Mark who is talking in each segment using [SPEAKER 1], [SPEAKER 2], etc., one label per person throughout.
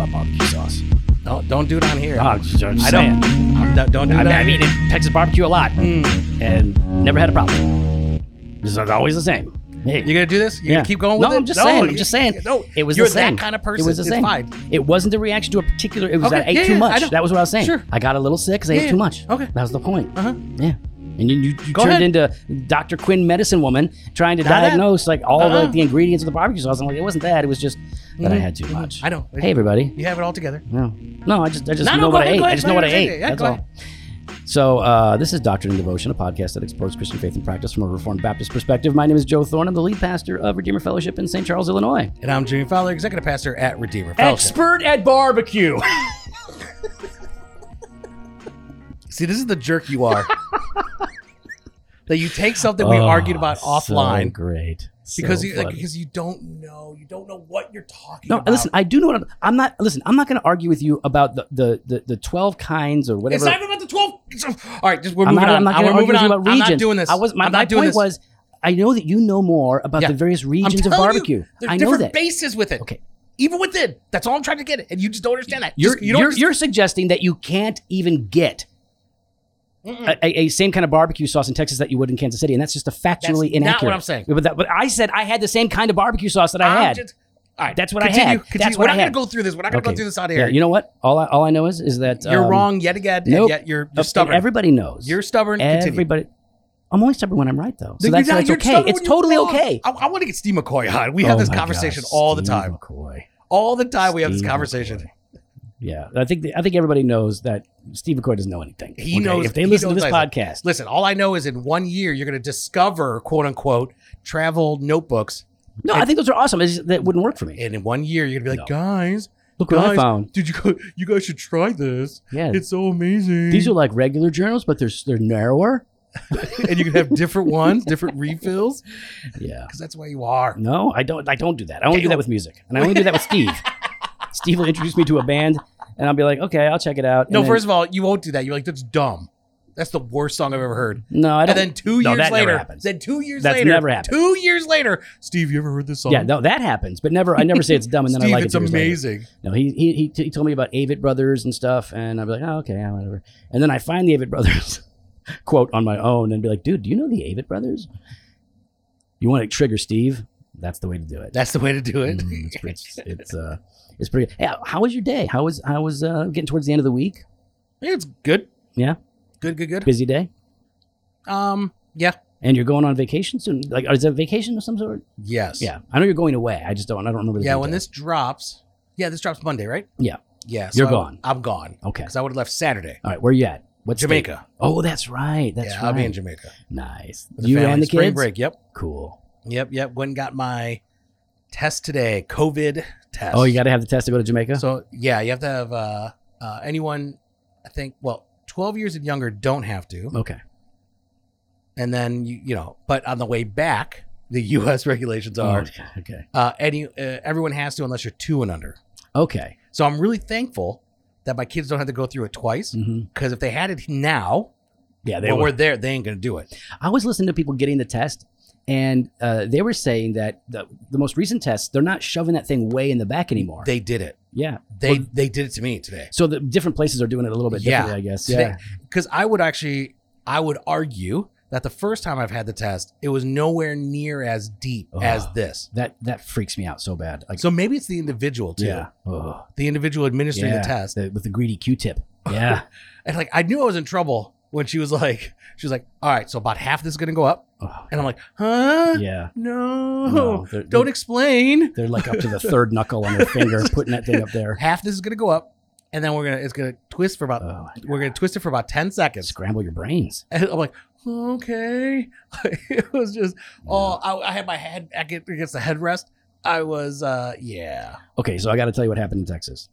[SPEAKER 1] on barbecue sauce. Don't, don't do it on here.
[SPEAKER 2] Oh, I'm just
[SPEAKER 1] I
[SPEAKER 2] saying.
[SPEAKER 1] don't. I'm- don't- Don't do
[SPEAKER 2] I mean,
[SPEAKER 1] that.
[SPEAKER 2] I mean, it- Texas barbecue a lot
[SPEAKER 1] Mm.
[SPEAKER 2] and never had a problem. It's like always the same. Hey,
[SPEAKER 1] You gonna do this? You
[SPEAKER 2] yeah.
[SPEAKER 1] gonna keep going with
[SPEAKER 2] no,
[SPEAKER 1] it?
[SPEAKER 2] I'm just saying. I'm
[SPEAKER 1] you-
[SPEAKER 2] just saying.
[SPEAKER 1] No,
[SPEAKER 2] it was
[SPEAKER 1] you're
[SPEAKER 2] the same.
[SPEAKER 1] that kind of
[SPEAKER 2] It
[SPEAKER 1] person.
[SPEAKER 2] was the
[SPEAKER 1] It's
[SPEAKER 2] same.
[SPEAKER 1] fine.
[SPEAKER 2] It wasn't the reaction to a particular. It was
[SPEAKER 1] Okay,
[SPEAKER 2] that I ate
[SPEAKER 1] yeah,
[SPEAKER 2] too
[SPEAKER 1] yeah, I
[SPEAKER 2] much.
[SPEAKER 1] know.
[SPEAKER 2] That was what I was saying.
[SPEAKER 1] Sure.
[SPEAKER 2] I got a little sick because I
[SPEAKER 1] Yeah,
[SPEAKER 2] ate
[SPEAKER 1] yeah.
[SPEAKER 2] too much.
[SPEAKER 1] Okay.
[SPEAKER 2] that was the point.
[SPEAKER 1] Uh-huh.
[SPEAKER 2] Yeah. And then you, you
[SPEAKER 1] Go
[SPEAKER 2] turned
[SPEAKER 1] ahead.
[SPEAKER 2] into Dr. Quinn medicine woman trying to
[SPEAKER 1] Not that.
[SPEAKER 2] diagnose like all
[SPEAKER 1] Uh-uh.
[SPEAKER 2] like the ingredients of the barbecue sauce. I'm like, it wasn't that. It was just that I
[SPEAKER 1] Mhm,
[SPEAKER 2] had too much.
[SPEAKER 1] I know.
[SPEAKER 2] Hey, everybody.
[SPEAKER 1] You have it all together.
[SPEAKER 2] No, no, I just I just
[SPEAKER 1] No,
[SPEAKER 2] know
[SPEAKER 1] no, go
[SPEAKER 2] what I
[SPEAKER 1] ahead,
[SPEAKER 2] ate.
[SPEAKER 1] go
[SPEAKER 2] I
[SPEAKER 1] ahead,
[SPEAKER 2] just
[SPEAKER 1] go
[SPEAKER 2] know what I
[SPEAKER 1] ahead,
[SPEAKER 2] ate.
[SPEAKER 1] go ahead,
[SPEAKER 2] That's
[SPEAKER 1] go
[SPEAKER 2] all. So uh, this is Doctrine and Devotion, a podcast that explores Christian faith and practice from a Reformed Baptist perspective. My name is Joe Thorne. I'm the lead pastor of Redeemer Fellowship in St. Charles, Illinois.
[SPEAKER 1] And I'm Jimmy Fowler, executive pastor at Redeemer Fellowship.
[SPEAKER 2] Expert at barbecue.
[SPEAKER 1] See, this is the jerk you are. that you take something we argued about offline
[SPEAKER 2] Oh, great. So
[SPEAKER 1] because you like,
[SPEAKER 2] funny.
[SPEAKER 1] because you don't know, you don't know what you're talking
[SPEAKER 2] no,
[SPEAKER 1] about.
[SPEAKER 2] listen, I do know what I'm, I'm not. Listen, I'm not going to argue with you about the, the the the 12 kinds or
[SPEAKER 1] it's
[SPEAKER 2] whatever.
[SPEAKER 1] not even about the twelve. it's- All right, just we're
[SPEAKER 2] I'm
[SPEAKER 1] moving
[SPEAKER 2] not,
[SPEAKER 1] on.
[SPEAKER 2] I'm not
[SPEAKER 1] Uh,
[SPEAKER 2] going to
[SPEAKER 1] we're
[SPEAKER 2] argue
[SPEAKER 1] moving
[SPEAKER 2] with you
[SPEAKER 1] on.
[SPEAKER 2] about
[SPEAKER 1] I'm
[SPEAKER 2] regions.
[SPEAKER 1] not doing this.
[SPEAKER 2] I was my,
[SPEAKER 1] I'm
[SPEAKER 2] my
[SPEAKER 1] not doing
[SPEAKER 2] point
[SPEAKER 1] this.
[SPEAKER 2] was, I know that you know more about
[SPEAKER 1] Yeah.
[SPEAKER 2] the various
[SPEAKER 1] I'm
[SPEAKER 2] regions of
[SPEAKER 1] telling
[SPEAKER 2] barbecue.
[SPEAKER 1] You, there's
[SPEAKER 2] I know
[SPEAKER 1] different
[SPEAKER 2] that.
[SPEAKER 1] bases with it.
[SPEAKER 2] Okay.
[SPEAKER 1] Even within, that's all I'm trying to get at, and you just don't understand that.
[SPEAKER 2] You're
[SPEAKER 1] Just- you don't
[SPEAKER 2] you're,
[SPEAKER 1] just-
[SPEAKER 2] you're suggesting that you can't even get
[SPEAKER 1] Mm-mm.
[SPEAKER 2] a, a- a same kind of barbecue sauce in Texas that you would in Kansas City, and that's just a factually
[SPEAKER 1] That's
[SPEAKER 2] inaccurate.
[SPEAKER 1] not what I'm saying.
[SPEAKER 2] But, that, but I said I had the same kind of barbecue sauce that I
[SPEAKER 1] I'm
[SPEAKER 2] had.
[SPEAKER 1] just- all right,
[SPEAKER 2] That's what I
[SPEAKER 1] continue,
[SPEAKER 2] had.
[SPEAKER 1] Continue.
[SPEAKER 2] That's
[SPEAKER 1] We're
[SPEAKER 2] what
[SPEAKER 1] not
[SPEAKER 2] I had.
[SPEAKER 1] gonna go through this. We're not gonna
[SPEAKER 2] Okay.
[SPEAKER 1] go through this on
[SPEAKER 2] Yeah,
[SPEAKER 1] air.
[SPEAKER 2] you know what? All I all I know is is that
[SPEAKER 1] You're
[SPEAKER 2] um,
[SPEAKER 1] wrong yet again. and
[SPEAKER 2] nope.
[SPEAKER 1] Yet you're,
[SPEAKER 2] uh,
[SPEAKER 1] you're stubborn.
[SPEAKER 2] Everybody knows.
[SPEAKER 1] you're stubborn. Continue.
[SPEAKER 2] everybody. I'm only stubborn when I'm right though, so
[SPEAKER 1] You're
[SPEAKER 2] that's,
[SPEAKER 1] not-
[SPEAKER 2] that's
[SPEAKER 1] you're
[SPEAKER 2] okay.
[SPEAKER 1] stubborn
[SPEAKER 2] It's
[SPEAKER 1] when you're
[SPEAKER 2] totally
[SPEAKER 1] wrong.
[SPEAKER 2] okay.
[SPEAKER 1] I, I want to get Steve McCoy on. We have
[SPEAKER 2] Oh
[SPEAKER 1] this
[SPEAKER 2] my gosh,
[SPEAKER 1] conversation all the
[SPEAKER 2] Steve
[SPEAKER 1] time.
[SPEAKER 2] McCoy.
[SPEAKER 1] All the time we have this
[SPEAKER 2] Steve
[SPEAKER 1] conversation.
[SPEAKER 2] McCoy. Yeah, I think I think everybody knows that Steve McCoy doesn't know anything.
[SPEAKER 1] He knows-
[SPEAKER 2] if they
[SPEAKER 1] he
[SPEAKER 2] listen to
[SPEAKER 1] knows
[SPEAKER 2] this
[SPEAKER 1] nothing.
[SPEAKER 2] podcast.
[SPEAKER 1] Listen, all I know is in one year you're going to discover "quote unquote" travel notebooks,
[SPEAKER 2] No, I think those are awesome. It's, that wouldn't work for me.
[SPEAKER 1] and in one year you're going to be
[SPEAKER 2] No.
[SPEAKER 1] like, "Guys,
[SPEAKER 2] Look what I
[SPEAKER 1] guys,
[SPEAKER 2] found.
[SPEAKER 1] did you go, you guys should try this?
[SPEAKER 2] Yeah,
[SPEAKER 1] It's so amazing."
[SPEAKER 2] these are like regular journals, but they're they're narrower.
[SPEAKER 1] and you can have different ones, different refills,
[SPEAKER 2] Yeah.
[SPEAKER 1] because that's why you are.
[SPEAKER 2] No, I don't. I don't do that. I only do
[SPEAKER 1] Damn.
[SPEAKER 2] that with music, and I only do that with Steve. Steve will introduce me to a band, and I'll be like, okay, I'll check it out. and
[SPEAKER 1] No,
[SPEAKER 2] then-
[SPEAKER 1] first of all, you won't do that. You're like, "That's dumb. That's the worst song I've ever heard."
[SPEAKER 2] no, I don't.
[SPEAKER 1] And then two
[SPEAKER 2] No,
[SPEAKER 1] years
[SPEAKER 2] that never
[SPEAKER 1] later,
[SPEAKER 2] happens.
[SPEAKER 1] then two years
[SPEAKER 2] That's
[SPEAKER 1] later,
[SPEAKER 2] never happened.
[SPEAKER 1] two years later, Steve, you ever heard this song?
[SPEAKER 2] yeah, no, that happens, but never. I never say it's dumb, and then
[SPEAKER 1] Steve,
[SPEAKER 2] I like
[SPEAKER 1] it's
[SPEAKER 2] it. years later.
[SPEAKER 1] amazing.
[SPEAKER 2] No, he he he, t- he told me about Avid Brothers and stuff, and I'd be like, oh, okay, yeah, whatever. And then I find the Avid Brothers quote on my own and be like, dude, do you know the Avid Brothers? You want to trigger Steve? That's the way to do it.
[SPEAKER 1] That's the way to do it.
[SPEAKER 2] Mm, it's, pretty- it's, it's, uh, it's pretty. Yeah, how was your day? How was how was uh, getting towards the end of the week?
[SPEAKER 1] Yeah, it's good.
[SPEAKER 2] Yeah.
[SPEAKER 1] Good, good, good.
[SPEAKER 2] Busy day,
[SPEAKER 1] Um, yeah.
[SPEAKER 2] and you're going on vacation soon. Like, is it a vacation of some sort?
[SPEAKER 1] Yes.
[SPEAKER 2] Yeah, I know you're going away. I just don't. I don't remember. The
[SPEAKER 1] Yeah, when
[SPEAKER 2] details.
[SPEAKER 1] this drops. Yeah, this drops Monday, right?
[SPEAKER 2] Yeah.
[SPEAKER 1] Yeah.
[SPEAKER 2] You're
[SPEAKER 1] I-
[SPEAKER 2] gone.
[SPEAKER 1] I'm gone.
[SPEAKER 2] Okay.
[SPEAKER 1] Because I would have left Saturday.
[SPEAKER 2] All right, where you at? What's
[SPEAKER 1] Jamaica.
[SPEAKER 2] Oh, that's right. That's
[SPEAKER 1] yeah,
[SPEAKER 2] right.
[SPEAKER 1] I'll be in Jamaica.
[SPEAKER 2] nice.
[SPEAKER 1] with the
[SPEAKER 2] You
[SPEAKER 1] family.
[SPEAKER 2] and the
[SPEAKER 1] Spring
[SPEAKER 2] kids.
[SPEAKER 1] break. Yep.
[SPEAKER 2] Cool.
[SPEAKER 1] Yep. Yep. Gwen got my test today, COVID test.
[SPEAKER 2] Oh, you got to have the test to go to Jamaica.
[SPEAKER 1] So yeah, you have to have uh, uh, anyone I think well, twelve years and younger don't have to.
[SPEAKER 2] okay.
[SPEAKER 1] And then you you know, but on the way back, the US regulations are
[SPEAKER 2] Oh, okay.
[SPEAKER 1] uh, any uh, everyone has to unless you're two and under.
[SPEAKER 2] Okay.
[SPEAKER 1] So I'm really thankful that my kids don't have to go through it twice.
[SPEAKER 2] hmm
[SPEAKER 1] Because if they had it now,
[SPEAKER 2] Yeah, they
[SPEAKER 1] when
[SPEAKER 2] were.
[SPEAKER 1] we're there, they ain't gonna do it.
[SPEAKER 2] I was listening to people getting the test, and uh, they were saying that the, the most recent tests, they're not shoving that thing way in the back anymore.
[SPEAKER 1] They did it.
[SPEAKER 2] yeah.
[SPEAKER 1] They
[SPEAKER 2] Well-
[SPEAKER 1] they did it to me today.
[SPEAKER 2] So the different places are doing it a little bit
[SPEAKER 1] Yeah.
[SPEAKER 2] differently, I guess.
[SPEAKER 1] Today-
[SPEAKER 2] Yeah.
[SPEAKER 1] Because I would actually, I would argue that the first time I've had the test, it was nowhere near as deep
[SPEAKER 2] Ugh.
[SPEAKER 1] as this.
[SPEAKER 2] That that freaks me out so bad. Like,
[SPEAKER 1] So maybe it's the individual too,
[SPEAKER 2] yeah. Ugh.
[SPEAKER 1] the individual administering
[SPEAKER 2] Yeah.
[SPEAKER 1] the test.
[SPEAKER 2] The- with the greedy Q-tip. Yeah.
[SPEAKER 1] And like, I knew I was in trouble when she was like, she was like, all right, so about half this is gonna go up,
[SPEAKER 2] Ugh.
[SPEAKER 1] and I'm like, huh?
[SPEAKER 2] yeah.
[SPEAKER 1] No,
[SPEAKER 2] No, they're-
[SPEAKER 1] don't explain.
[SPEAKER 2] They're like up to the third knuckle on their finger, putting that thing up there.
[SPEAKER 1] Half this is gonna go up, and then we're gonna it's gonna twist for about
[SPEAKER 2] Oh, my
[SPEAKER 1] we're gonna twist it for about ten seconds.
[SPEAKER 2] scramble your brains.
[SPEAKER 1] And I'm like, okay. it was just oh, I, I had my head ag- against the headrest. I was uh yeah.
[SPEAKER 2] Okay, so I got to tell you what happened in Texas.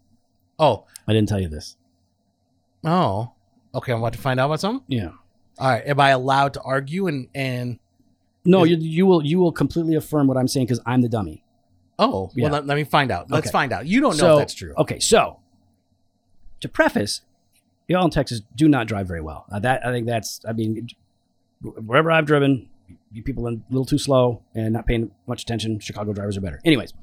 [SPEAKER 1] Oh
[SPEAKER 2] I didn't tell you this.
[SPEAKER 1] oh. Okay, I'm about to find out about something.
[SPEAKER 2] Yeah.
[SPEAKER 1] All right, am I allowed to argue and and
[SPEAKER 2] No,
[SPEAKER 1] Is-
[SPEAKER 2] you, you will you will completely affirm what I'm saying because I'm the dummy.
[SPEAKER 1] oh
[SPEAKER 2] Yeah.
[SPEAKER 1] well let, let me find out. Let's
[SPEAKER 2] Okay.
[SPEAKER 1] find out. You don't know
[SPEAKER 2] So-
[SPEAKER 1] if that's true.
[SPEAKER 2] Okay, so to preface, y'all in Texas do not drive very well. Uh, that I think that's I mean, wherever I've driven, you people are a little too slow and not paying much attention. Chicago drivers are better. Anyways,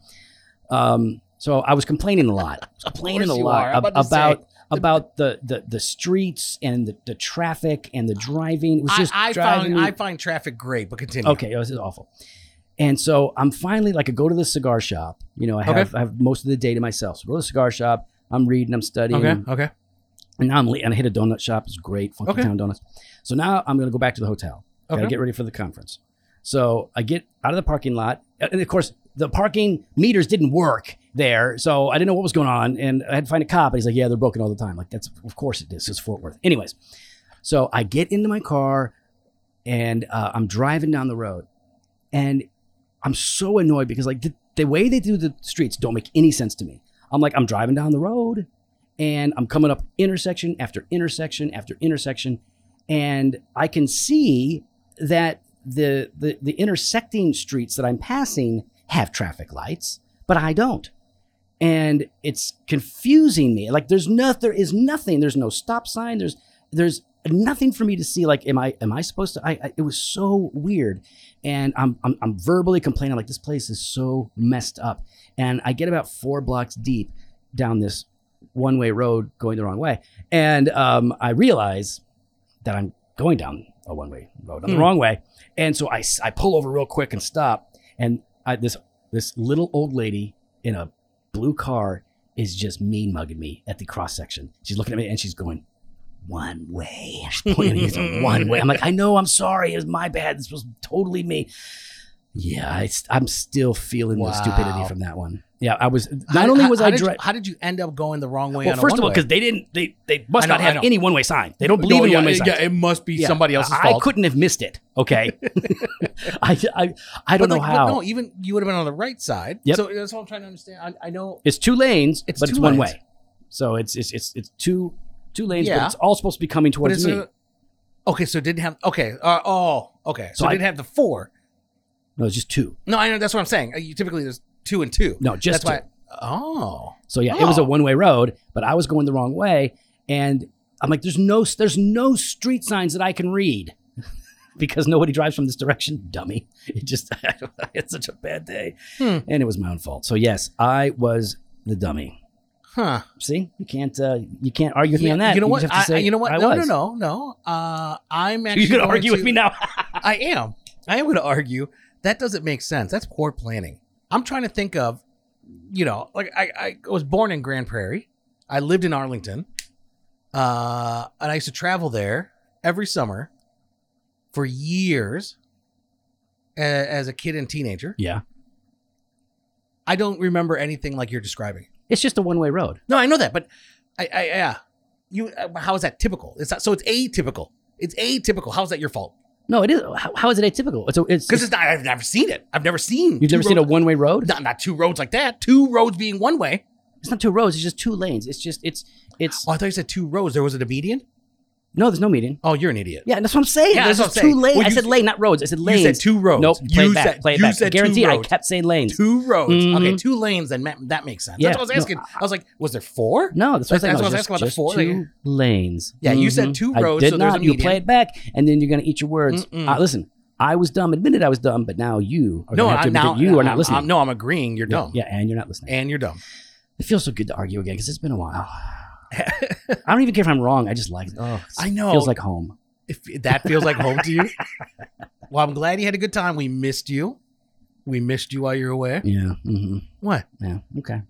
[SPEAKER 2] um, So I was complaining a lot, complaining a
[SPEAKER 1] course you
[SPEAKER 2] lot
[SPEAKER 1] are.
[SPEAKER 2] ab-
[SPEAKER 1] I'm about to say,
[SPEAKER 2] about about the, the the streets and the, the traffic and the driving. It was just
[SPEAKER 1] I, I
[SPEAKER 2] driving
[SPEAKER 1] find
[SPEAKER 2] me-
[SPEAKER 1] I find traffic great, but continue.
[SPEAKER 2] Okay, oh, this is awful. And so I'm finally like I go to the cigar shop. You know, I have,
[SPEAKER 1] Okay.
[SPEAKER 2] I have most of the day to myself. So I go to the cigar shop. I'm reading. I'm studying.
[SPEAKER 1] Okay. Okay.
[SPEAKER 2] And now I'm late. And I hit a donut shop. It's great, Funky
[SPEAKER 1] Okay.
[SPEAKER 2] Town Donuts. So now I'm gonna go back to the hotel. Gotta
[SPEAKER 1] Okay.
[SPEAKER 2] get ready for the conference. So I get out of the parking lot, and of course the parking meters didn't work there, so I didn't know what was going on, and I had to find a cop. And he's like, "Yeah, they're broken all the time." Like that's of course it is. It's Fort Worth, anyways. So I get into my car, and uh, I'm driving down the road, and I'm so annoyed because like the, the way they do the streets don't make any sense to me. I'm like, I'm driving down the road, and I'm coming up intersection after intersection after intersection, and I can see that the, the the intersecting streets that I'm passing have traffic lights, but I don't. And it's confusing me. Like there's no there is nothing. There's no stop sign. There's there's nothing for me to see. Like am I am I supposed to I, I it was so weird. And I'm, I'm I'm verbally complaining like this place is so messed up. And I get about four blocks deep down this one way road going the wrong way. And um, I realize that I'm going down a one way road, I'm the
[SPEAKER 1] Hmm.
[SPEAKER 2] wrong way. And so I, s- I pull over real quick and stop. And I, this this little old lady in a blue car is just mean mugging me at the cross section. She's looking at me and she's going one way. She's pointing it's a one way. I'm like, I know, I'm sorry, it was my bad. This was totally me. Yeah, I, am still feeling the stupidity
[SPEAKER 1] Wow.
[SPEAKER 2] from that one. Yeah, I was. Not
[SPEAKER 1] How-
[SPEAKER 2] only
[SPEAKER 1] how-
[SPEAKER 2] was
[SPEAKER 1] how
[SPEAKER 2] I
[SPEAKER 1] did you- Oh,
[SPEAKER 2] dri-
[SPEAKER 1] how did you end up going the wrong way?
[SPEAKER 2] well,
[SPEAKER 1] on
[SPEAKER 2] first
[SPEAKER 1] a
[SPEAKER 2] of all,
[SPEAKER 1] one-way?
[SPEAKER 2] because they didn't, they they must
[SPEAKER 1] I know,
[SPEAKER 2] not
[SPEAKER 1] I
[SPEAKER 2] have
[SPEAKER 1] know.
[SPEAKER 2] any one way sign. They don't believe
[SPEAKER 1] No,
[SPEAKER 2] in
[SPEAKER 1] yeah,
[SPEAKER 2] one way signs.
[SPEAKER 1] Yeah, it must be
[SPEAKER 2] Yeah.
[SPEAKER 1] somebody else's
[SPEAKER 2] I, I
[SPEAKER 1] fault.
[SPEAKER 2] couldn't have missed it. Okay, I, I I don't
[SPEAKER 1] but
[SPEAKER 2] know
[SPEAKER 1] like,
[SPEAKER 2] how.
[SPEAKER 1] But no, even you would have been on the right side.
[SPEAKER 2] Yep.
[SPEAKER 1] So that's what I'm trying to understand. I, I know.
[SPEAKER 2] It's two lanes,
[SPEAKER 1] It's
[SPEAKER 2] but
[SPEAKER 1] two
[SPEAKER 2] it's one
[SPEAKER 1] lanes.
[SPEAKER 2] way. So it's it's it's it's two two lanes, but
[SPEAKER 1] Yeah.
[SPEAKER 2] it's all supposed to be coming
[SPEAKER 1] But
[SPEAKER 2] towards
[SPEAKER 1] it's
[SPEAKER 2] me.
[SPEAKER 1] a, okay, so it didn't have. Okay. Uh, oh, okay.
[SPEAKER 2] So
[SPEAKER 1] So, it
[SPEAKER 2] I-
[SPEAKER 1] didn't have the four.
[SPEAKER 2] no, it's just two.
[SPEAKER 1] No, I know. That's what I'm saying. Uh, You typically there's two and two.
[SPEAKER 2] No, just
[SPEAKER 1] that's
[SPEAKER 2] two.
[SPEAKER 1] why. Oh.
[SPEAKER 2] So yeah, it was a
[SPEAKER 1] Oh.
[SPEAKER 2] one way road, but I was going the wrong way, and I'm like, there's no there's no street signs that I can read. Because nobody drives from this direction, dummy. It just, it's such a bad day.
[SPEAKER 1] Hmm.
[SPEAKER 2] And it was my own fault. So, yes, I was the dummy.
[SPEAKER 1] Huh.
[SPEAKER 2] See, you can't uh, you can't argue with me on that.
[SPEAKER 1] You know what?
[SPEAKER 2] just have to
[SPEAKER 1] I,
[SPEAKER 2] say
[SPEAKER 1] you know what?
[SPEAKER 2] I
[SPEAKER 1] no,
[SPEAKER 2] was.
[SPEAKER 1] no, no, no. Uh, I'm actually
[SPEAKER 2] You're gonna
[SPEAKER 1] going
[SPEAKER 2] argue
[SPEAKER 1] to,
[SPEAKER 2] with me now?
[SPEAKER 1] I am. I am going to argue that doesn't make sense. That's poor planning. I'm trying to think of, you know, like I, I was born in Grand Prairie. I lived in Arlington, uh, and I used to travel there every summer for years a- as a kid and teenager.
[SPEAKER 2] yeah,
[SPEAKER 1] I don't remember anything like you're describing.
[SPEAKER 2] it's just a one way road.
[SPEAKER 1] No, I know that, but I, I yeah, you. uh, How is that typical? It's not, so it's atypical. It's atypical. How is that your fault?
[SPEAKER 2] No, it is. How, how is it atypical? It's a, it's,
[SPEAKER 1] Because it's not. I've never seen it. I've never seen.
[SPEAKER 2] you've
[SPEAKER 1] two
[SPEAKER 2] never seen a
[SPEAKER 1] roads-
[SPEAKER 2] one way road.
[SPEAKER 1] not not two roads like that. Two roads being one way.
[SPEAKER 2] It's not two roads. It's just two lanes. It's just it's it's
[SPEAKER 1] Oh, I thought you said two roads. There was a median.
[SPEAKER 2] no. There's no meeting.
[SPEAKER 1] Oh, you're an idiot.
[SPEAKER 2] Yeah, that's what I'm saying.
[SPEAKER 1] Yeah,
[SPEAKER 2] there's
[SPEAKER 1] that's
[SPEAKER 2] just
[SPEAKER 1] what I'm
[SPEAKER 2] two
[SPEAKER 1] saying.
[SPEAKER 2] lanes.
[SPEAKER 1] Well,
[SPEAKER 2] I
[SPEAKER 1] you
[SPEAKER 2] said
[SPEAKER 1] said-
[SPEAKER 2] lane, not roads. I said lanes.
[SPEAKER 1] You said two roads.
[SPEAKER 2] Nope. Play
[SPEAKER 1] you
[SPEAKER 2] it back.
[SPEAKER 1] Said,
[SPEAKER 2] play it
[SPEAKER 1] you
[SPEAKER 2] back. I
[SPEAKER 1] Said
[SPEAKER 2] guarantee
[SPEAKER 1] two
[SPEAKER 2] I
[SPEAKER 1] roads.
[SPEAKER 2] kept saying lanes.
[SPEAKER 1] two roads. Okay,
[SPEAKER 2] Mhm.
[SPEAKER 1] two lanes. Then that, that makes sense.
[SPEAKER 2] Yeah, Uh,
[SPEAKER 1] That's what I
[SPEAKER 2] no,
[SPEAKER 1] was asking. I was like, was there four?
[SPEAKER 2] No, that's what I'm saying.
[SPEAKER 1] That's- that's what I was
[SPEAKER 2] just,
[SPEAKER 1] asking about the
[SPEAKER 2] just
[SPEAKER 1] four
[SPEAKER 2] two
[SPEAKER 1] lane.
[SPEAKER 2] lanes. Mm-hmm.
[SPEAKER 1] Yeah, you said two roads,
[SPEAKER 2] I did
[SPEAKER 1] so there's
[SPEAKER 2] not.
[SPEAKER 1] a
[SPEAKER 2] you
[SPEAKER 1] median.
[SPEAKER 2] play it back, and then you're gonna eat your words.
[SPEAKER 1] Mm-mm.
[SPEAKER 2] Uh, listen, I was dumb. Admitted I was dumb, but now Oh, you are
[SPEAKER 1] No,
[SPEAKER 2] gonna have to
[SPEAKER 1] I,
[SPEAKER 2] admit
[SPEAKER 1] now
[SPEAKER 2] that you are
[SPEAKER 1] I'm-
[SPEAKER 2] not listening.
[SPEAKER 1] I'm- no, I'm agreeing. You're
[SPEAKER 2] Yeah,
[SPEAKER 1] dumb.
[SPEAKER 2] Yeah, and you're not listening.
[SPEAKER 1] and you're dumb.
[SPEAKER 2] It feels so good to argue again because it's been a while. I don't even care if I'm wrong. I just like it. Oh,
[SPEAKER 1] I
[SPEAKER 2] it
[SPEAKER 1] know.
[SPEAKER 2] feels like home.
[SPEAKER 1] if that feels like home to you. Well, I'm glad you had a good time. We missed you. We missed you while you're away.
[SPEAKER 2] Yeah. hmm
[SPEAKER 1] What?
[SPEAKER 2] Yeah. Okay.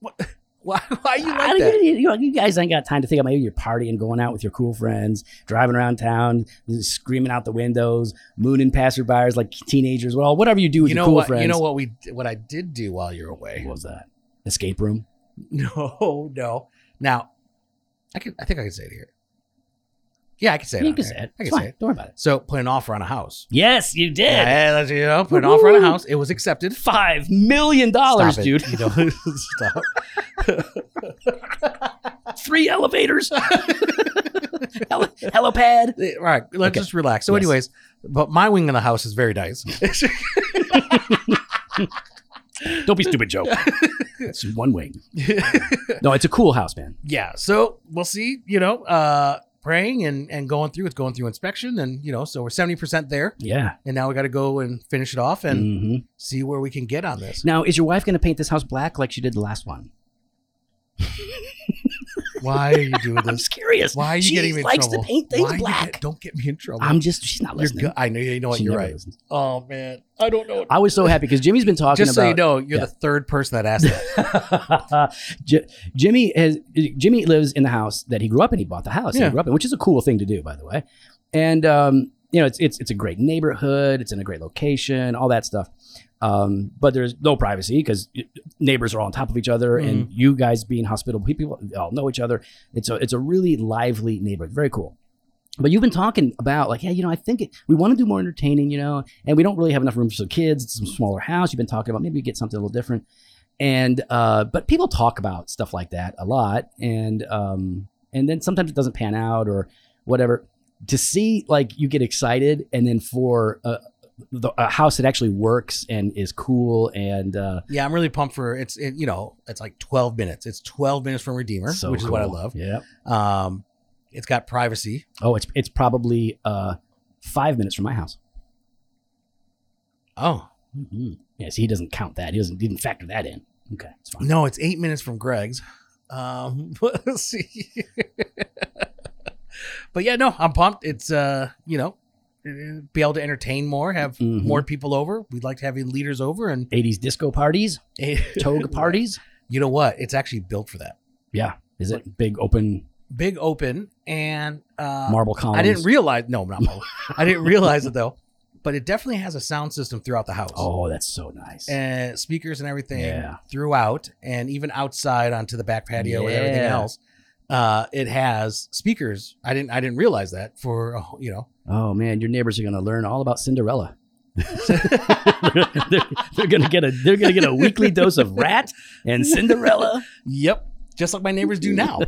[SPEAKER 1] Why? Why you
[SPEAKER 2] I
[SPEAKER 1] like
[SPEAKER 2] don't-
[SPEAKER 1] that?
[SPEAKER 2] you, you- you guys ain't got time to think about maybe you're partying, going out with your cool friends, driving around town, screaming out the windows, mooning passerbyers like teenagers. Well, whatever you do with
[SPEAKER 1] You
[SPEAKER 2] your
[SPEAKER 1] know
[SPEAKER 2] cool
[SPEAKER 1] what?
[SPEAKER 2] friends.
[SPEAKER 1] You know what we? What I did do while you're away.
[SPEAKER 2] What was that? Escape room.
[SPEAKER 1] No, no. Now, I can. I think I can say it here. Yeah, I can say it.
[SPEAKER 2] you
[SPEAKER 1] on
[SPEAKER 2] can
[SPEAKER 1] here.
[SPEAKER 2] say it.
[SPEAKER 1] I
[SPEAKER 2] It's
[SPEAKER 1] can
[SPEAKER 2] fine.
[SPEAKER 1] say it.
[SPEAKER 2] Don't worry about it.
[SPEAKER 1] So, put an offer on a house.
[SPEAKER 2] Yes, you did.
[SPEAKER 1] Yeah, let's, you know, put an offer on a
[SPEAKER 2] Woo-hoo.
[SPEAKER 1] house. It was accepted.
[SPEAKER 2] Five million dollars,
[SPEAKER 1] Stop it.
[SPEAKER 2] dude.
[SPEAKER 1] You know, stop.
[SPEAKER 2] Three elevators. Hel- helipad.
[SPEAKER 1] Eh, All right, let's
[SPEAKER 2] Okay.
[SPEAKER 1] just relax. So,
[SPEAKER 2] Yes.
[SPEAKER 1] anyways, but my wing in the house is very nice.
[SPEAKER 2] Don't be stupid, Joe. it's one wing. No, it's a cool house, man.
[SPEAKER 1] yeah. So we'll see. You know, uh, praying and and going through. It's going through inspection, and you know, so we're seventy percent there,
[SPEAKER 2] Yeah.
[SPEAKER 1] and now we got to go and finish it off and
[SPEAKER 2] hmm
[SPEAKER 1] see where we can get on this.
[SPEAKER 2] Now, is your wife going to paint this house black like she did the last one?
[SPEAKER 1] Why are you doing
[SPEAKER 2] I'm
[SPEAKER 1] this?
[SPEAKER 2] just curious.
[SPEAKER 1] Why are you
[SPEAKER 2] she
[SPEAKER 1] getting me in
[SPEAKER 2] likes
[SPEAKER 1] trouble?
[SPEAKER 2] to paint things
[SPEAKER 1] Why you
[SPEAKER 2] black.
[SPEAKER 1] get- don't get me in trouble.
[SPEAKER 2] I'm just. She's not
[SPEAKER 1] you're
[SPEAKER 2] listening.
[SPEAKER 1] good. I know you know what
[SPEAKER 2] She
[SPEAKER 1] you're
[SPEAKER 2] never
[SPEAKER 1] right.
[SPEAKER 2] listens.
[SPEAKER 1] Oh man, I don't know.
[SPEAKER 2] I was so happy because Jimmy's been talking
[SPEAKER 1] Just
[SPEAKER 2] about.
[SPEAKER 1] so you know, you're
[SPEAKER 2] yeah.
[SPEAKER 1] the third person that asked that.
[SPEAKER 2] J- Jimmy has Jimmy lives in the house that he grew up in. He bought the house
[SPEAKER 1] Yeah.
[SPEAKER 2] he grew up in, which is a cool thing to do, by the way. And um, you know, it's it's it's a great neighborhood. It's in a great location. All that stuff. Um, but there's no privacy because neighbors are all on top of each other, and you guys being hospitable people all know each other. It's a it's a really lively neighborhood. Very cool. But you've been talking about like, yeah, you know, I think it, we want to do more entertaining, you know, and we don't really have enough room for the kids. It's a smaller house. You've been talking about maybe we get something a little different, and uh, but people talk about stuff like that a lot, and um, and then sometimes it doesn't pan out or whatever. To see like you get excited, and then for a, the, a house that actually works and is cool, and uh,
[SPEAKER 1] Yeah, I'm really pumped for it's. It, you know, it's like 12 minutes. It's 12 minutes from Redeemer,
[SPEAKER 2] so
[SPEAKER 1] which is what I
[SPEAKER 2] cool.
[SPEAKER 1] love.
[SPEAKER 2] Yeah.
[SPEAKER 1] Um, it's got privacy.
[SPEAKER 2] Oh, it's it's probably uh, five minutes from my house.
[SPEAKER 1] Oh
[SPEAKER 2] Mhm. Yes, he doesn't count that. He doesn't didn't factor that in. Okay, it's fine.
[SPEAKER 1] no, it's eight minutes from Greg's. Um, let's see. but yeah, no, I'm pumped. It's uh, you know, be able to entertain more, have
[SPEAKER 2] Mhm.
[SPEAKER 1] more people over. We liked having leaders over, and
[SPEAKER 2] 80s disco parties, toga parties.
[SPEAKER 1] You know what? It's actually built for that.
[SPEAKER 2] Yeah, is it big open
[SPEAKER 1] Big open and uh,
[SPEAKER 2] marble columns?
[SPEAKER 1] I didn't realize. No, not marble. I didn't realize it though. But it definitely has a sound system throughout the house.
[SPEAKER 2] oh, that's so nice.
[SPEAKER 1] and speakers and everything
[SPEAKER 2] Yeah.
[SPEAKER 1] throughout, and even outside onto the back patio with everything
[SPEAKER 2] Yeah.
[SPEAKER 1] else. Uh, it has speakers. I didn't. I didn't realize that for uh, you know.
[SPEAKER 2] oh man, your neighbors are gonna learn all about Cinderella. they're, they're gonna get a they're gonna get a weekly dose of rat and Cinderella.
[SPEAKER 1] Yep, just like my neighbors do now.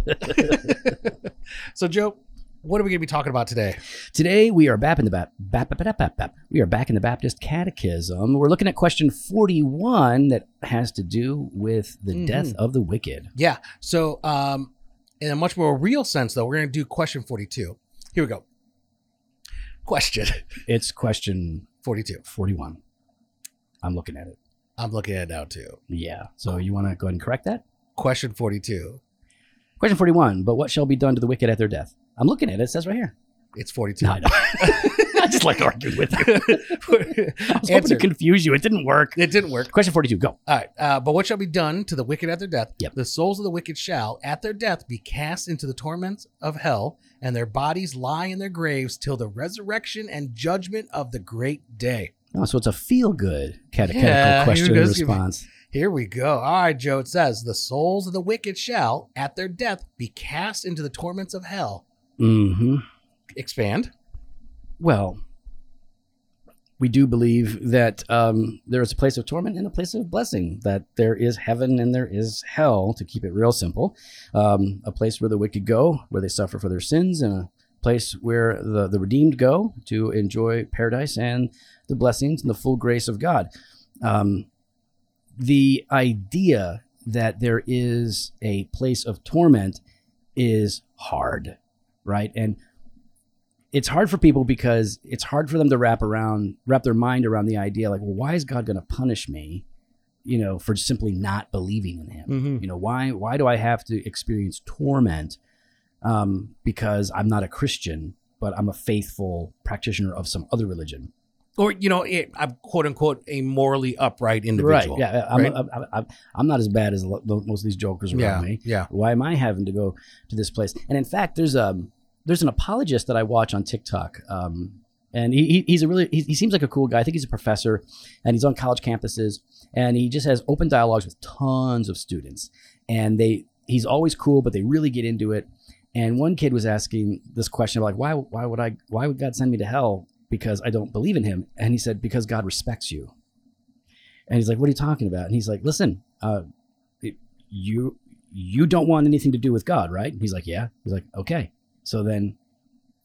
[SPEAKER 1] so, Joe, what are we going to be talking about today?
[SPEAKER 2] Today we are back in the Bap, Bap, Bap, Bap, Bap, Bap. We are back in the Baptist Catechism. We're looking at question forty-one that has to do with the
[SPEAKER 1] Mhm.
[SPEAKER 2] death of the wicked.
[SPEAKER 1] Yeah. So, um, in a much more real sense, though, we're going to do question 42. Here we go. Question
[SPEAKER 2] It's question
[SPEAKER 1] 42.
[SPEAKER 2] 41. I'm looking at it.
[SPEAKER 1] I'm looking at it now, too.
[SPEAKER 2] Yeah. So you want to go ahead and correct that?
[SPEAKER 1] Question 42.
[SPEAKER 2] Question 41. But what shall be done to the wicked at their death? I'm looking at it. It says right here.
[SPEAKER 1] It's 42.
[SPEAKER 2] No, I don't. I just like to argue with you. I was hoping
[SPEAKER 1] Answer.
[SPEAKER 2] to confuse you. It didn't work.
[SPEAKER 1] it didn't work.
[SPEAKER 2] Question 42. Go.
[SPEAKER 1] All right. Uh, but what shall be done to the wicked at their death?
[SPEAKER 2] Yep.
[SPEAKER 1] The souls of the wicked shall, at their death, be cast into the torments of hell, and their bodies lie in their graves till the resurrection and judgment of the great day.
[SPEAKER 2] Oh, so it's a feel good catechetical
[SPEAKER 1] Yeah, here
[SPEAKER 2] question and
[SPEAKER 1] goes.
[SPEAKER 2] response.
[SPEAKER 1] Here we go. All right, Joe. It says, The souls of the wicked shall, at their death, be cast into the torments of hell.
[SPEAKER 2] hmm
[SPEAKER 1] Expand.
[SPEAKER 2] Well, we do believe that um, there is a place of torment and a place of blessing, that there is heaven and there is hell, to keep it real simple. Um, a place where the wicked go, where they suffer for their sins, and a place where the, the redeemed go to enjoy paradise and the blessings and the full grace of God. Um, the idea that there is a place of torment is hard, right? And it's hard for people because it's hard for them to wrap around wrap their mind around the idea like well why is god going to punish me you know for simply not believing in him
[SPEAKER 1] Mm-hmm.
[SPEAKER 2] you know why why do i have to experience torment um, because i'm not a christian but i'm a faithful practitioner of some other religion
[SPEAKER 1] or you know, it, I'm quote unquote a morally upright individual.
[SPEAKER 2] right yeah i'm,
[SPEAKER 1] right?
[SPEAKER 2] I'm, I'm, I'm not as bad as lo- most of these jokers around
[SPEAKER 1] yeah,
[SPEAKER 2] me
[SPEAKER 1] yeah.
[SPEAKER 2] Why am I having to go to this place? And in fact, there's um there's an apologist that I watch on TikTok. Um, and he, he- he's a really he, he seems like a cool guy. I think he's a professor, and he's on college campuses, and he just has open dialogues with tons of students. And they he's always cool, but they really get into it. And one kid was asking this question like, why why would I why would God send me to hell because I don't believe in Him? And he said because God respects you. And he's like, what are you talking about? And he's like, listen, uh, it- you you don't want anything to do with God, right? He's like, yeah. He's like, okay. So then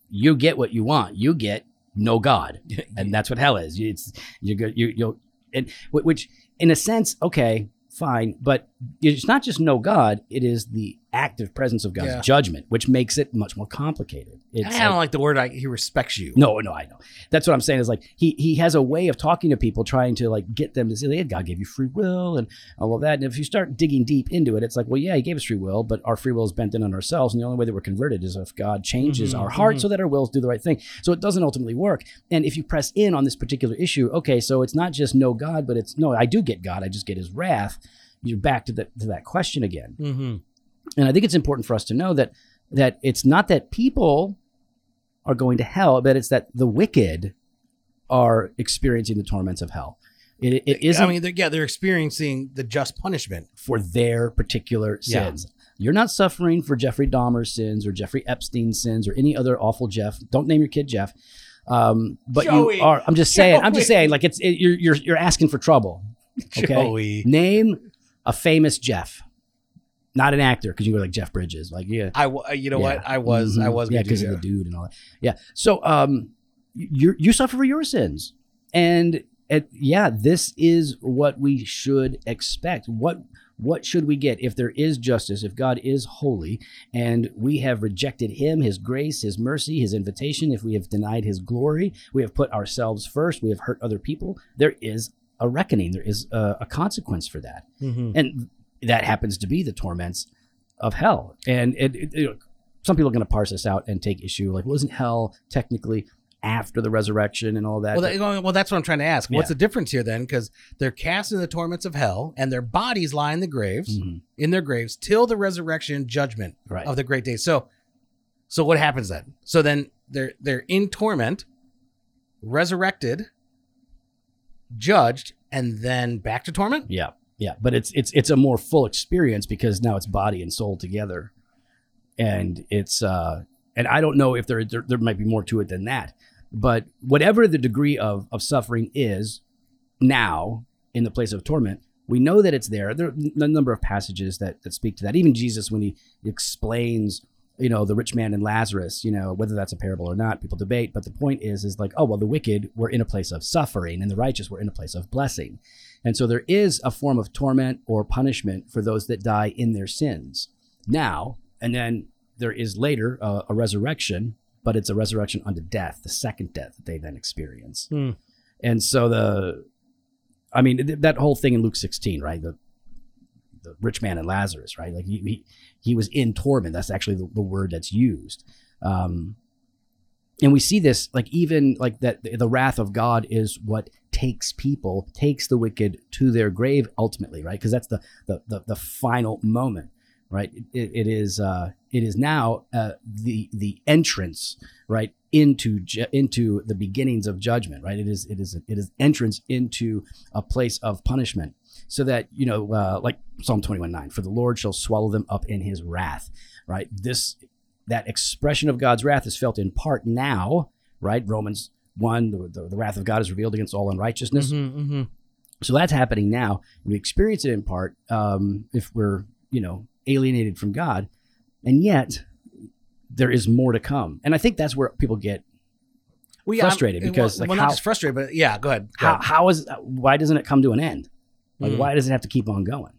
[SPEAKER 2] you get what you want. You get no God, and that's what hell is. It's you're go- you you'll and wh- which in a sense, okay, fine, but it's not just no God. It is the active presence of God's
[SPEAKER 1] Yeah.
[SPEAKER 2] judgment, which makes it much more complicated. It's
[SPEAKER 1] I
[SPEAKER 2] like-
[SPEAKER 1] don't like, the word. I, he respects you.
[SPEAKER 2] no, no, I know. That's what I'm saying is like he he has a way of talking to people, trying to like get them to say, "Hey, God gave you free will and all of that. And if you start digging deep into it, it's like, well, yeah, he gave us free will, but our free will is bent in on ourselves. And the only way that we're converted is if God changes
[SPEAKER 1] Mhm,
[SPEAKER 2] our heart
[SPEAKER 1] mhm.
[SPEAKER 2] so that our wills do the right thing. So it doesn't ultimately work. And if you press in on this particular issue, okay, so it's not just no God, but it's no, I do get God, I just get his wrath. You're back to that to that question again
[SPEAKER 1] Mm-hmm.
[SPEAKER 2] and I think it's important for us to know that that it's not that people are going to hell, but it's that the wicked are experiencing the torments of hell. It, it isn't
[SPEAKER 1] I mean, they're, yeah, they're experiencing the just punishment.
[SPEAKER 2] for their particular
[SPEAKER 1] Yeah.
[SPEAKER 2] sins. You're not suffering for Jeffrey Dahmer's sins or Jeffrey Epstein's sins or any other awful Jeff. Don't name your kid Jeff. Um, but
[SPEAKER 1] Joey.
[SPEAKER 2] you are. I'm just saying. I'm just
[SPEAKER 1] Joey.
[SPEAKER 2] saying. Like it's it, you're, you're you're asking for trouble. Okay.
[SPEAKER 1] Joey.
[SPEAKER 2] Name a famous Jeff, not an actor, because you were like Jeff Bridges. Like yeah,
[SPEAKER 1] I, wa- you know
[SPEAKER 2] Yeah.
[SPEAKER 1] what? I was, I
[SPEAKER 2] Mhm.
[SPEAKER 1] was,
[SPEAKER 2] yeah,
[SPEAKER 1] gonna do
[SPEAKER 2] because of the
[SPEAKER 1] that.
[SPEAKER 2] dude and all that. Yeah. So um, you you suffer for your sins, and it, yeah, this is what we should expect. What what should we get if there is justice, if God is holy, and we have rejected Him, His grace, His mercy, His invitation? If we have denied His glory, we have put ourselves first, we have hurt other people. There is a reckoning. There is a, a consequence for that
[SPEAKER 1] Mhm.
[SPEAKER 2] and that happens to be the torments of hell. And it, it- you know, some people are going to parse this out and take issue, like, well, isn't hell technically after the resurrection and all that?
[SPEAKER 1] Well, that, well, that's what I'm trying to ask. What's
[SPEAKER 2] Yeah.
[SPEAKER 1] the difference here then? Because they're cast in the torments of hell, and their bodies lie in the graves,
[SPEAKER 2] Mhm,
[SPEAKER 1] in their graves, till the resurrection judgment
[SPEAKER 2] right.
[SPEAKER 1] of the great day. So, so what happens then? So then they're they're in torment, resurrected, judged, and then back to torment.
[SPEAKER 2] yeah, yeah, but it's it's it's a more full experience because now it's body and soul together, and it's uh, and I don't know if there there, there might be more to it than that, but whatever the degree of of suffering is, now in the place of torment. We know that it's there. There are n- a number of passages that, that speak to that. Even Jesus, when he explains, you know, the rich man and Lazarus, you know, whether that's a parable or not, people debate. But the point is, is like, oh, well, the wicked were in a place of suffering and the righteous were in a place of blessing. And so there is a form of torment or punishment for those that die in their sins now. And then there is later uh, a resurrection, but it's a resurrection unto death, the second death that they then experience.
[SPEAKER 1] Hmm.
[SPEAKER 2] And so the I mean, th- that whole thing in Luke 16, right? The, the rich man and Lazarus, right? Like he, he, he was in torment. That's actually the, the word that's used. Um, and we see this, like even like that, the the wrath of God is what takes people, takes the wicked to their grave ultimately, right? Because that's the, the the the final moment, right? It, it is uh, it is now uh, the the entrance, right, into ju- into the beginnings of judgment, right? It is it is it is entrance into a place of punishment so that you know uh, like psalm 21 9 for the lord shall swallow them up in his wrath right this that expression of god's wrath is felt in part now right romans 1 the, the, the wrath of god is revealed against all unrighteousness
[SPEAKER 1] mm-hmm.
[SPEAKER 2] so that's happening now we experience it in part um, if we're you know alienated from god and yet there is more to come and i think that's where people get
[SPEAKER 1] Well,
[SPEAKER 2] Frustrated
[SPEAKER 1] I'm-
[SPEAKER 2] because, like,
[SPEAKER 1] well, um, well,
[SPEAKER 2] how-
[SPEAKER 1] not just frustrated, but yeah, go ahead. Go
[SPEAKER 2] how,
[SPEAKER 1] ahead.
[SPEAKER 2] how is why doesn't it come to an end like
[SPEAKER 1] Mm.
[SPEAKER 2] why does it have to keep on going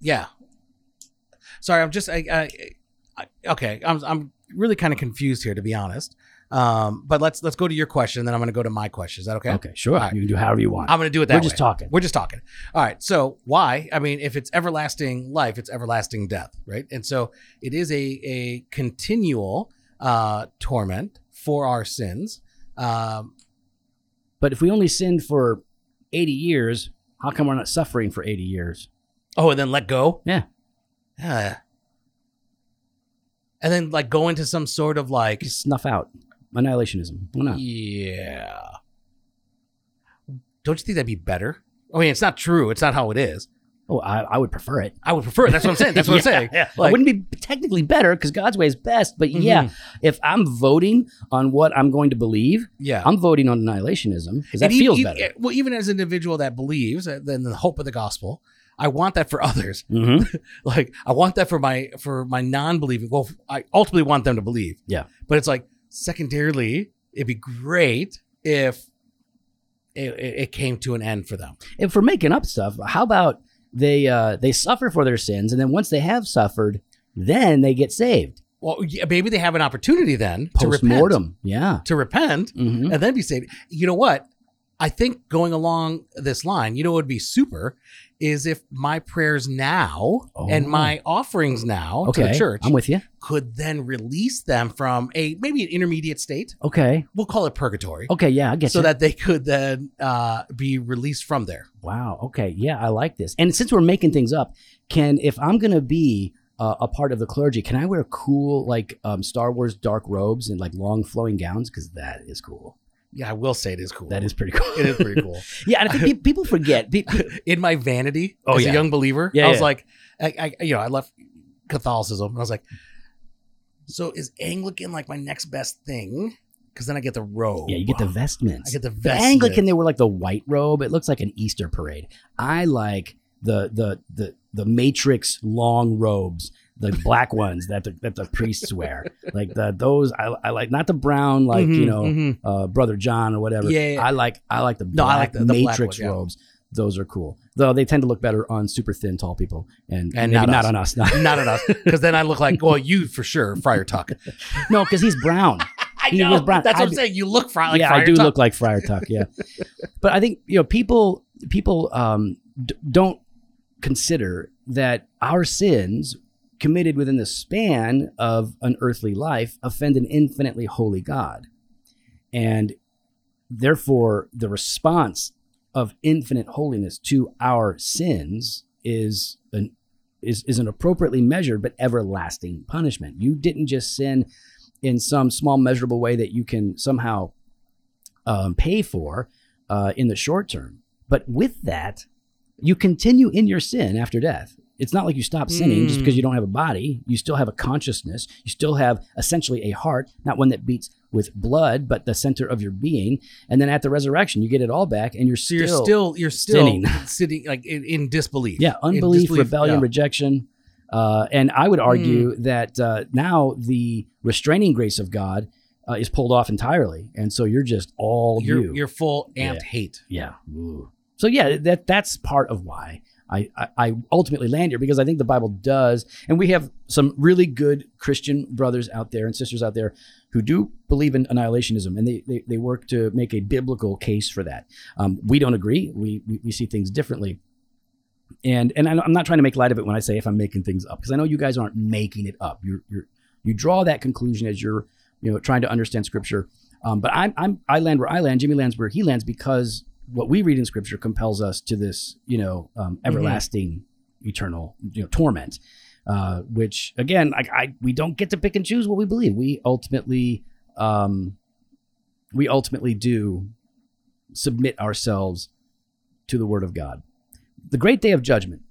[SPEAKER 1] Yeah. Sorry, I'm just I, I, I okay. I'm I'm really kind of confused here, to be honest. Um, but let's let's go to your question, then I'm going to go to my question. Is that okay?
[SPEAKER 2] Okay, sure.
[SPEAKER 1] All right.
[SPEAKER 2] You can do however you want.
[SPEAKER 1] I'm going to do it that
[SPEAKER 2] We're just
[SPEAKER 1] way.
[SPEAKER 2] talking.
[SPEAKER 1] We're just talking. All right. So why? I mean, if it's everlasting life, it's everlasting death, right? And so it is a a continual uh, torment for our sins. Um,
[SPEAKER 2] But if we only sinned for 80 years, how come we're not suffering for 80 years?
[SPEAKER 1] oh, and then let go.
[SPEAKER 2] Yeah.
[SPEAKER 1] Yeah. And then like go into some sort of like
[SPEAKER 2] Just snuff out annihilationism. Why not?
[SPEAKER 1] Yeah. Don't you think that'd be better? I mean, it's not true. It's not how it is.
[SPEAKER 2] Oh, I, I would prefer it.
[SPEAKER 1] I would prefer it. That's what I'm saying. That's what I'm saying.
[SPEAKER 2] Yeah.
[SPEAKER 1] Like-
[SPEAKER 2] it wouldn't be technically better because God's way is best. But yeah, if I'm voting on what I'm going to believe,
[SPEAKER 1] Yeah.
[SPEAKER 2] I'm voting on annihilationism because that
[SPEAKER 1] And e-
[SPEAKER 2] feels
[SPEAKER 1] e-
[SPEAKER 2] better.
[SPEAKER 1] e- Well, even as an individual that believes uh, then the hope of the gospel, I want that for others.
[SPEAKER 2] Mhm.
[SPEAKER 1] Like I want that for my for my non-believing. Well, I ultimately want them to believe.
[SPEAKER 2] Yeah.
[SPEAKER 1] But it's like secondarily, it'd be great if it, it it came to an end for them.
[SPEAKER 2] And for making up stuff, how about they uh, they suffer for their sins, and then once they have suffered, then they get saved
[SPEAKER 1] Well, yeah, maybe they have an opportunity then to
[SPEAKER 2] post
[SPEAKER 1] repent,
[SPEAKER 2] mortem. Yeah.
[SPEAKER 1] to repent,
[SPEAKER 2] hmm
[SPEAKER 1] and then be saved. You know what? I think going along this line, you know, what would be super is if my prayers now and
[SPEAKER 2] Oh.
[SPEAKER 1] my offerings now to
[SPEAKER 2] Okay.
[SPEAKER 1] the church
[SPEAKER 2] I'm with you.
[SPEAKER 1] could then release them from a maybe an intermediate state.
[SPEAKER 2] Okay.
[SPEAKER 1] We'll call it purgatory.
[SPEAKER 2] Okay. Oh, Yeah. I get
[SPEAKER 1] so
[SPEAKER 2] you.
[SPEAKER 1] that they could then uh, be released from there.
[SPEAKER 2] Wow. Okay. Yeah, I like this. And since we're making things up, can if I'm gonna be uh, a part of the clergy, can I wear cool like um, Star Wars dark robes and like long flowing gowns? Because that is cool.
[SPEAKER 1] Yeah, I will say it is cool.
[SPEAKER 2] That is pretty cool.
[SPEAKER 1] it is pretty cool.
[SPEAKER 2] yeah, and I think pe- people forget. Pe- pe-
[SPEAKER 1] In my vanity
[SPEAKER 2] Oh,
[SPEAKER 1] as
[SPEAKER 2] yeah.
[SPEAKER 1] a young believer,
[SPEAKER 2] Yeah,
[SPEAKER 1] I was
[SPEAKER 2] yeah.
[SPEAKER 1] like, I, I you know I left Catholicism and I was like, so is Anglican like my next best thing? Because then I get the robe.
[SPEAKER 2] yeah, you get the
[SPEAKER 1] Oh, I
[SPEAKER 2] vestments.
[SPEAKER 1] get the
[SPEAKER 2] the
[SPEAKER 1] vestment.
[SPEAKER 2] Anglican, they wear like the white robe. It looks like an Easter parade. I like the the the the Matrix long robes, the black ones that the, that the priests wear. Like the those I, I like, not the brown like you
[SPEAKER 1] Mhm,
[SPEAKER 2] know.
[SPEAKER 1] mhm.
[SPEAKER 2] uh, Brother John or whatever.
[SPEAKER 1] Yeah, yeah.
[SPEAKER 2] I like I like the
[SPEAKER 1] No,
[SPEAKER 2] black
[SPEAKER 1] I like the- the black
[SPEAKER 2] Matrix
[SPEAKER 1] one, yeah.
[SPEAKER 2] robes. Those are cool, though they tend to look better on super thin, tall people, and,
[SPEAKER 1] And
[SPEAKER 2] maybe not,
[SPEAKER 1] not
[SPEAKER 2] on us. No,
[SPEAKER 1] Not enough. Because then I look like, well, you for sure, Friar Tuck.
[SPEAKER 2] no, because he's brown.
[SPEAKER 1] I
[SPEAKER 2] He
[SPEAKER 1] know.
[SPEAKER 2] was brown.
[SPEAKER 1] That's what
[SPEAKER 2] I
[SPEAKER 1] I'm
[SPEAKER 2] d-
[SPEAKER 1] saying. You look fri- like
[SPEAKER 2] yeah,
[SPEAKER 1] Friar
[SPEAKER 2] I do
[SPEAKER 1] Tuck.
[SPEAKER 2] look like Friar Tuck. Yeah, but I think you know people people um, d- don't consider that our sins committed within the span of an earthly life offend an infinitely holy God, and therefore the response of infinite holiness to our sins is an is, is an appropriately measured but everlasting punishment. You didn't just sin in some small measurable way that you can somehow um, pay for uh, in the short term. But with that, you continue in your sin after death. It's not like you stop sinning just
[SPEAKER 1] Mm.
[SPEAKER 2] because you don't have a body. You still have a consciousness. You still have essentially a heart, not one that beats with blood, but the center of your being. And then at the resurrection, you get it all back, and you're
[SPEAKER 1] So
[SPEAKER 2] still,
[SPEAKER 1] you're still you're still
[SPEAKER 2] sinning.
[SPEAKER 1] sitting like in, in disbelief.
[SPEAKER 2] yeah,
[SPEAKER 1] In
[SPEAKER 2] unbelief,
[SPEAKER 1] disbelief,
[SPEAKER 2] rebellion,
[SPEAKER 1] yeah. Hmm.
[SPEAKER 2] rejection. Uh, and I would argue that uh, now the restraining grace of God uh, is pulled off entirely, and so you're just all
[SPEAKER 1] you're
[SPEAKER 2] you.
[SPEAKER 1] you're full amped
[SPEAKER 2] Yeah.
[SPEAKER 1] hate.
[SPEAKER 2] yeah. So yeah, that that's part of why I, I I ultimately land here because I think the Bible does, and we have some really good Christian brothers out there and sisters out there who do believe in annihilationism, and they they, they work to make a biblical case for that. Um, we don't agree. We, we we see things differently and and I'm I'm not trying to make light of it when I say if I'm making things up because I know you guys aren't making it up. You're, you're you draw that conclusion as you're you know trying to understand scripture. Um, but I'm, I'm I land where I land. Jimmy lands where he lands because what we read in scripture compels us to this you know um, everlasting eternal you know torment. Uh, which again, like I we don't get to pick and choose what we believe. We ultimately um, we ultimately do submit ourselves to the word of God the great day of judgment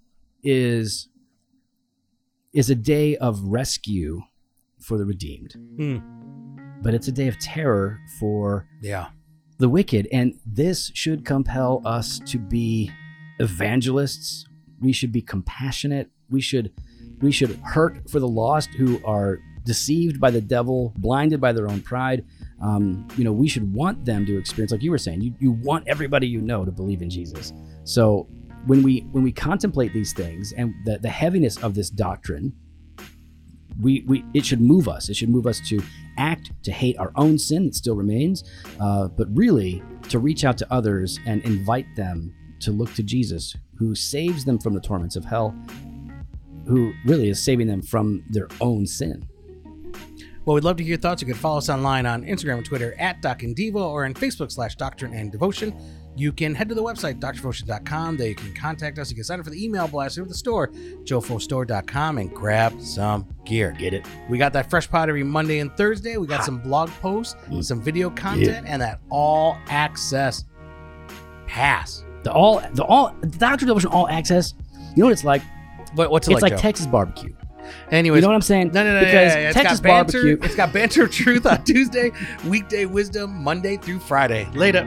[SPEAKER 2] is is a day of rescue for the redeemed
[SPEAKER 1] Hmm.
[SPEAKER 2] but it's a day of terror for
[SPEAKER 1] Yeah.
[SPEAKER 2] the wicked and this should compel us to be evangelists we should be compassionate we should we should hurt for the lost who are deceived by the devil blinded by their own pride um, you know we should want them to experience like you were saying you, you want everybody you know to believe in jesus so when we when we contemplate these things and the, the heaviness of this doctrine we, we it should move us it should move us to act to hate our own sin that still remains uh, but really to reach out to others and invite them to look to jesus who saves them from the torments of hell who really is saving them from their own sin
[SPEAKER 1] Well, we'd love to hear your thoughts. You can follow us online on Instagram and Twitter at Doc and Diva or on Facebook slash Doctrine and Devotion. You can head to the website, drdevotion.com. There you can contact us. You can sign up for the email blast at the store, jofostore.com, and grab some gear.
[SPEAKER 2] get it
[SPEAKER 1] We got that fresh pot every Monday and Thursday. We got
[SPEAKER 2] Hot.
[SPEAKER 1] some blog posts,
[SPEAKER 2] Mm.
[SPEAKER 1] some video content, and that all access pass.
[SPEAKER 2] the all the all the doctrine of devotion all access you know what it's like
[SPEAKER 1] What, what's it
[SPEAKER 2] it's like,
[SPEAKER 1] Joe?
[SPEAKER 2] texas barbecue
[SPEAKER 1] Anyways,
[SPEAKER 2] you know what i'm saying
[SPEAKER 1] No, no, no.
[SPEAKER 2] because
[SPEAKER 1] yeah, yeah, yeah. It's
[SPEAKER 2] texas
[SPEAKER 1] got banter.
[SPEAKER 2] barbecue
[SPEAKER 1] It's got banter of truth on Tuesday, weekday wisdom Monday through Friday. Later.